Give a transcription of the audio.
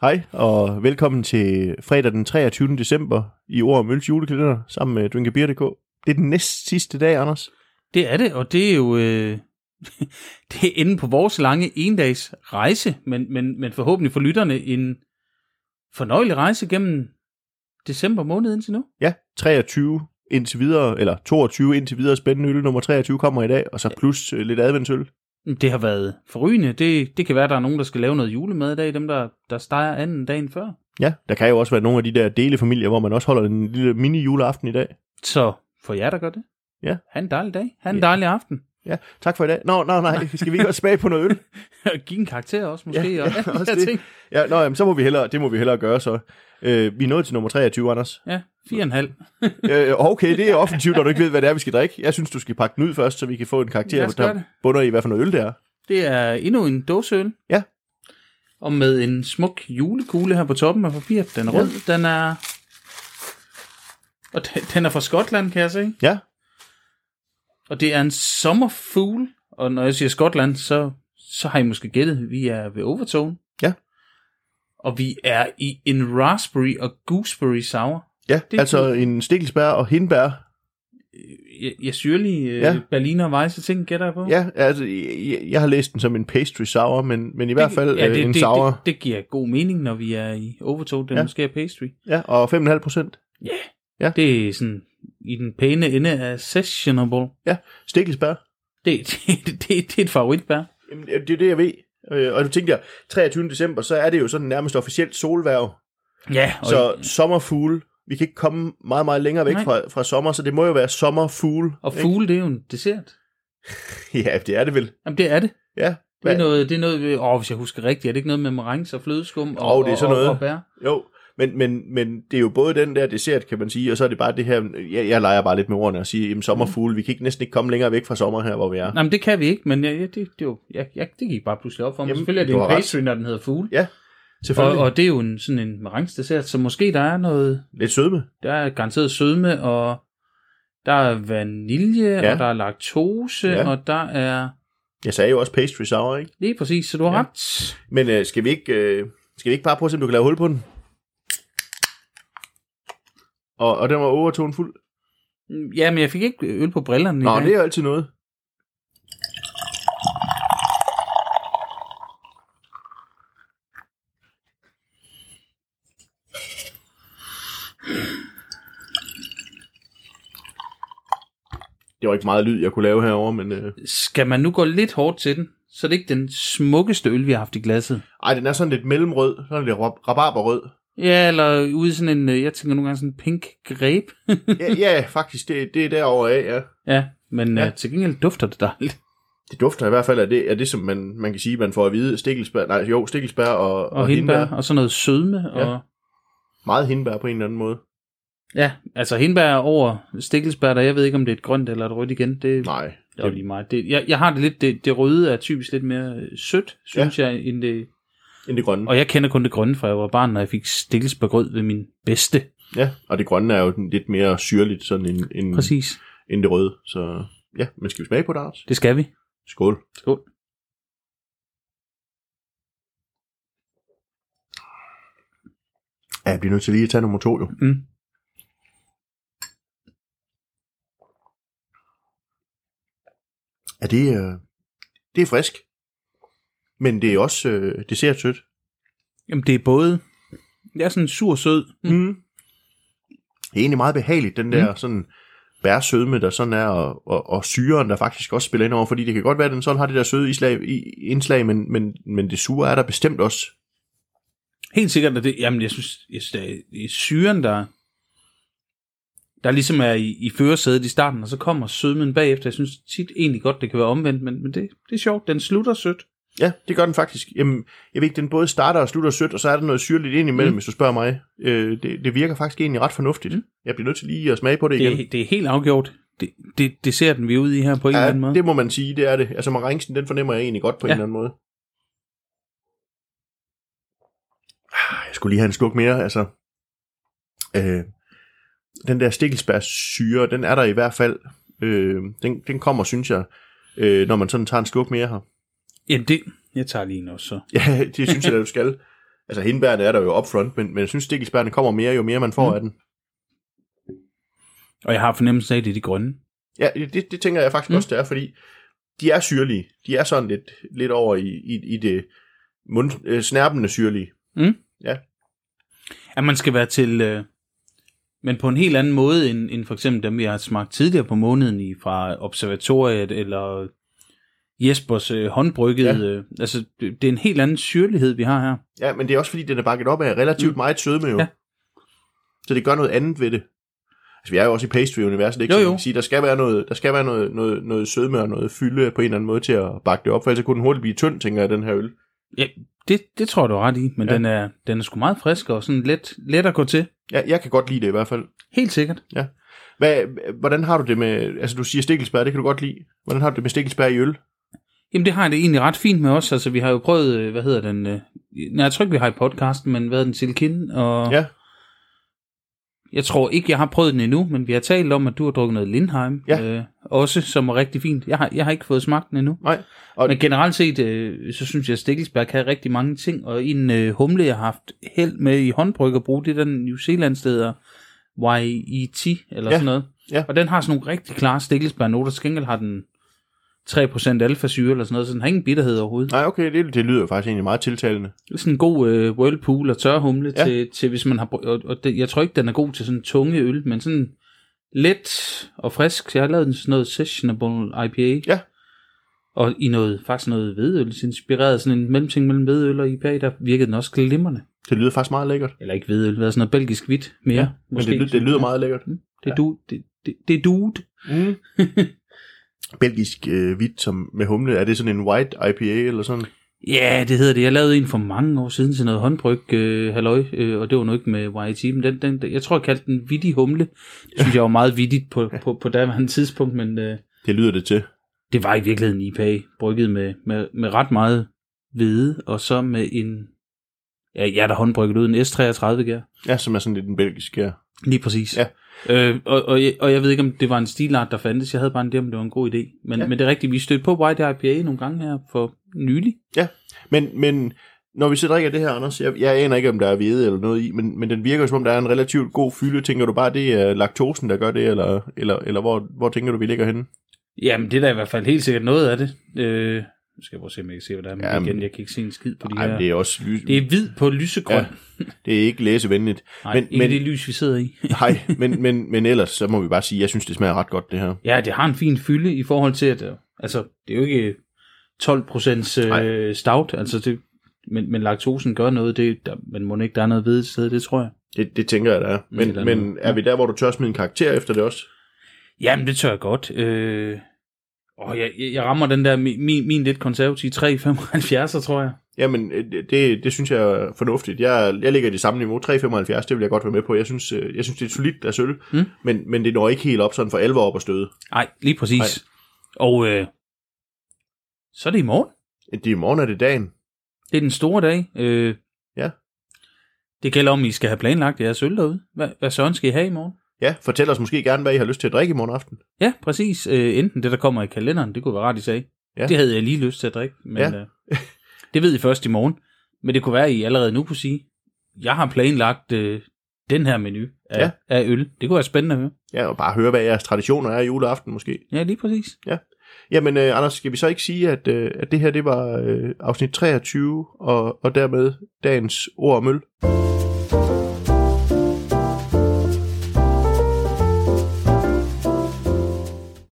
Hej, og velkommen til fredag den 23. december i Ord om Øls julekalender sammen med drinkabeer.dk. Det er den næst sidste dag, Anders. Det er det, og det er jo øh, det er inde på vores lange endags rejse, men, men, men forhåbentlig for lytterne en fornøjelig rejse gennem december måned indtil nu. Ja, 23 indtil videre, eller 22 indtil videre spændende øl. Nummer 23 kommer i dag, og så plus øh, lidt adventsøl. Det har været forrygende. Det, det kan være, at der er nogen, der skal lave noget julemad i dag, dem der, der steger anden dagen før. Ja, der kan jo også være nogle af de der delefamilier, hvor man også holder en lille mini juleaften i dag. Så for jer, der gør det. Ja. Ha' en dejlig dag. Ha' en Ja. dejlig aften. Ja, tak for i dag. Nå, nej, nej, skal vi ikke også smage på noget øl? Og Giv en karakter også måske. Ja, og, ja, alle de også her det. ting. Ja, nå, jamen, så må vi hellere, det må vi hellere gøre så. Øh, vi er nået til nummer 23, Anders. ja fire og en halv. Øh, okay, det er offensivt, når du ikke ved, hvad det er, vi skal drikke. Jeg synes, du skal pakke den ud først, så vi kan få en karakter, Lad os gøre der det. bunder i, hvad for noget øl det er. Det er endnu en dåseøl. Ja. Og med en smuk julekugle her på toppen af papir. Den er rød, den er... Og den, den er fra Skotland, kan jeg se. Ja, Og det er en sommerfugl. Og når jeg siger Skotland, så, så har I måske gættet, vi er ved Overtone. Ja. Og vi er i en raspberry og gooseberry sour. ja. Det er altså en stikkelsbær og hindbær. Jeg, jeg syrlig øh, Ja. berliner og vejse ting, gætter jeg på. Ja, altså, jeg, jeg har læst den som en pastry sour, men, men i hvert fald ja, det, en det, sour. Det, det, det giver god mening, når vi er i Overtone. Det Ja. ja. måske er pastry. Ja, og 5,5 procent. Ja. Ja. Det er sådan i den pæne ende af sessionable. Ja, stikkelsbær. Det, det, det, det er et favoritbær. Jamen, det er det, jeg ved. Øh, Og du tænkte jeg, 23. december, så er det jo sådan nærmest officielt solværv. Ja, og Så sommerfugle, vi kan ikke komme meget, meget længere væk Nej. fra, fra sommer, så det må jo være sommerfugle. og fugle, det er jo en dessert. Ja, det er det vel. Jamen, det er det. Ja, Det Hvad- er noget, det er noget, åh, hvis jeg husker rigtigt, er det ikke noget med marengs og flødeskum og, Jo, det er sådan og, noget. og, og bær? jo. Men, men, men det er jo både den der dessert, kan man sige, og så er det bare det her, jeg, jeg leger bare lidt med ordene og siger, jamen sommerfugle, vi kan ikke næsten ikke komme længere væk fra sommer her, hvor vi er. Nej, men det kan vi ikke, men ja, ja, det, det, er jo, ja, ja, det gik bare pludselig op for Jamen, mig. Jamen, Selvfølgelig er det du en har ret. pastry, når den hedder fugle. Ja, og, selvfølgelig. Og, og... og det er jo en, sådan en marengs dessert, så måske der er noget, Lidt sødme. der er garanteret sødme, og der er vanilje, Ja. ja. og der er laktose, Ja. ja. og der er... Jeg sagde jo også pastry sour, ikke? Lige præcis, så du har Ja. ja. ret. Men øh, skal, vi ikke, øh, skal vi ikke bare prøve at se, om du kan lave hul på den? Og, og den var overtonen fuld. Ja, men jeg fik ikke øl på brillerne Nå, i dag. det er altid noget. Det var ikke meget lyd, jeg kunne lave herover, men... Øh... Skal man nu gå lidt hårdt til den, så er det ikke den smukkeste øl, vi har haft i glasset. Ej, den er sådan lidt mellemrød. Sådan lidt rab- rabarberrød. Ja, eller ude i sådan en, øh, jeg tænker nogle gange sådan en pink greb. ja, ja, faktisk, det, det er derovre af, ja. ja, men Ja. ja. til gengæld dufter det dejligt. Det dufter i hvert fald af det, af det som man, man kan sige, man får at vide. Stikkelsbær, nej, jo, stikkelsbær og, Og, og hindbær, og sådan noget sødme. Ja. Ja. Og, Meget hindbær på en eller anden måde. ja, altså hindbær er over stikkelsbær, der jeg ved ikke, om det er et grønt eller et rødt igen. Det, Nej, det er jo lige meget. Det, jeg, jeg har det lidt, det, det røde er typisk lidt mere øh, sødt, synes ja. jeg, end det... end det grønne. Og jeg kender kun det grønne, fra jeg var barn, når jeg fik stikkelsbærgrød ved min bedste. Ja, og det grønne er jo den lidt mere syrligt sådan end, end, Præcis. end det røde. Så ja, men skal vi smage på det, Anders? Det skal vi. Skål. Skål. Ja, jeg bliver nødt til lige at tage nummer to, jo. Mm. Ja, det, øh, det er frisk. Men det er også øh, dessertsødt. Jamen, det er både... Det er sådan sur sød. Mm. Mm. Det er egentlig meget behageligt, den der mm. sådan bærsødme, der sådan er, og, og, og syren, der faktisk også spiller ind over, fordi det kan godt være, at den sådan har det der søde islag, i, indslag, men, men, men det sure er der bestemt også. Helt sikkert, at det... Jamen, jeg synes, jeg synes det, er, det er syren, der... Der ligesom er i, i førersædet i starten, og så kommer sødmen bagefter. Jeg synes tit egentlig godt, det kan være omvendt, men, men det, det er sjovt. Den slutter sødt. Ja, det gør den faktisk. Jamen, jeg ved ikke, den både starter og slutter sødt, og så er der noget syrligt ind imellem, mm. Mm. hvis du spørger mig. Øh, det, det virker faktisk egentlig ret fornuftigt. Mm. Jeg bliver nødt til lige at smage på det, igen. Det, det er helt afgjort. Det, det, det ser den vi er ude i her på en eller anden Ja, måde. det må man sige, det er det. Altså, marangsen, den fornemmer jeg egentlig godt på ja. en eller Ja. anden måde. Ah, Jeg skulle lige have en sluk mere, altså. Øh, den der stikkelsbærsyre, den er der i hvert fald. Øh, den, den kommer, synes jeg, øh, når man sådan tager en sluk mere her. Jamen, det... Jeg tager lige en også, så. Ja, det synes jeg, at du skal. Altså hindbærne er der jo upfront, men, men jeg synes, stikkelsbærne kommer mere, jo mere man får mm. af den. Og jeg har fornemmelsen af, at det er de grønne. Ja, det, det tænker jeg faktisk mm. også, det er, fordi de er syrlige. De er sådan lidt, lidt over i, i, i det mund, øh, snærpende syrlige. Mm. Ja. At man skal være til... Øh, men på en helt anden måde, end, end for eksempel dem, vi har smagt tidligere på måneden i fra Observatoriet, eller Jespers øh, håndbrygget. Ja. Ja. Øh, altså, det, det er en helt anden syrlighed, vi har her. Ja, men det er også fordi, den er bakket op af relativt mm. meget sødme jo. Ja. Ja. Så det gør noget andet ved det. Altså, vi er jo også i pastry-universet, ikke? Jo, Så jo. man kan sige, der skal være, noget, der skal være noget, noget, noget sødme og noget fylde på en eller anden måde til at bakke det op, for ellers kunne den hurtigt blive tynd, tænker jeg, den her øl. Det, det tror jeg, du har ret i, men Ja. ja. den, er, den er sgu meget frisk og sådan let, let at gå til. Ja, jeg kan godt lide det i hvert fald. Helt sikkert. Hvad, hvordan har du det med, altså du siger stikkelsbær, det kan du godt lide. Hvordan har du det med stikkelsbær i øl? Jamen det har jeg det egentlig ret fint med os. Altså vi har jo prøvet, øh, hvad hedder den? Øh, nej, jeg tror ikke, vi har i podcasten, men hvad hedder den? Silkin? Og Ja. Jeg tror ikke, jeg har prøvet den endnu, men vi har talt om, at du har drukket noget Lindheim. Ja. Øh, også, som er rigtig fint. Jeg har, jeg har ikke fået smagt den endnu. Nej. Og- Og men generelt set, øh, så synes jeg, at Stikkelsberg kan rigtig mange ting. Og en øh, humle, jeg har haft held med i håndbryg at bruge, det er den New Zealand steder YET, eller Ja. ja. sådan noget. Ja. Og den har sådan nogle rigtig klare Stikkelsberg-noter. Til gengæld har den 3% alfasyre eller sådan noget, så den har ingen bitterhed overhovedet. Nej, okay, det, det lyder jo faktisk egentlig meget tiltalende. Sådan en god øh, whirlpool og tørhumle Ja. ja. til, til, hvis man har... br- Og, og det, jeg tror ikke, den er god til sådan tunge øl, men sådan let og frisk. Jeg har lavet en sådan noget sessionable IPA. Ja. Og i noget, faktisk noget hvedøl, inspireret sådan en mellemting mellem hvedøl og IPA, der virkede den også glimrende. Det lyder faktisk meget lækkert. Eller ikke hvedøl, hvad er sådan noget belgisk hvidt mere. Ja, Men det, ly- det lyder meget lækkert. Det er du, det, det, det er duet. Mm. Belgisk øh, hvidt som med humle, er det sådan en white IPA eller sådan? Ja, det hedder det. Jeg lavede en for mange år siden til noget håndbryg, øh, halløj, øh, og det var nu ikke med YIT, men den, den, jeg tror, jeg kaldte den Vittig Humle. Det synes jeg var meget vittigt på, på, på daværende tidspunkt, men øh, Det lyder det til. det var i virkeligheden IPA, brygget med, med, med ret meget hvede, og så med en, ja, jeg der håndbrygget ud, en S33-gær. Ja, som er sådan lidt en belgisk, ja. Lige præcis. Ja. Øh, og, og, jeg, og jeg ved ikke, om det var en stilart, der fandtes. Jeg havde bare en idé, om det var en god idé. Men, Ja. ja. men det er rigtigt, vi stødte på White IPA nogle gange her for nylig. Men, men når vi så drikker det her, Anders, jeg, jeg aner ikke, om der er hvede eller noget i, men, men den virker jo, som om, der er en relativt god fylde. Tænker du bare, det er laktosen, der gør det, eller, eller, eller hvor, hvor tænker du, vi ligger henne? Jamen, det er da i hvert fald helt sikkert noget af det. Øh, nu skal jeg prøve at se, om jeg kan se, hvad der er. Men Jamen. igen, jeg kan ikke se en skid på de Nej, her. men det er også lys. det er hvid på lysegrøn. Ja, Ja, det er ikke læsevenligt. Nej, men- men, ikke men- men, det lys, vi sidder i. Nej, men, men, men ellers, så må vi bare sige, jeg synes, det smager ret godt, det her. ja, det har en fin fylde i forhold til, at øh, altså, det er jo ikke 12 Nej. øh, stout. Altså, det, men, men laktosen gør noget. Det, der, men må ikke, der er noget ved et sted, det tror jeg. Det, det tænker jeg, der er. Men, Eller men noget. er vi der, hvor du tør smide en karakter efter det også? Jamen, det tør jeg godt. Øh, og jeg, jeg jeg rammer den der, mi- min, min lidt konservative 3,75, tror jeg. Jamen, øh, det, det, det synes jeg er fornuftigt. Jeg, jeg ligger i det samme niveau. 3,75, det vil jeg godt være med på. Jeg synes, øh, jeg synes det er et solidt glas øl, Mm. men, men det når ikke helt op sådan for alvor op at støde. Nej, lige præcis. Og øh, så er det i morgen. Det er i morgen, er det dagen. Det er den store dag. Øh, Ja. Det gælder om, I skal have planlagt jeres øl derude. Hvad, hvad søren skal I have i morgen? Ja, fortæl os måske gerne, hvad I har lyst til at drikke i morgen aften. Ja, præcis. Øh, enten det, der kommer i kalenderen, det kunne være rart, I sagde. Ja. Ja. Det havde jeg lige lyst til at drikke, men Ja. ja. øh, det ved I først i morgen. Men det kunne være, I allerede nu kunne sige, jeg har planlagt øh, den her menu af, Ja. ja. af øl. Det kunne være spændende at høre. Ja, og bare høre, hvad jeres traditioner er i juleaften måske. Ja, lige præcis. Jamen, øh, Anders, skal vi så ikke sige, at, øh, at det her det var øh, afsnit 23, og, og dermed dagens ord om øl?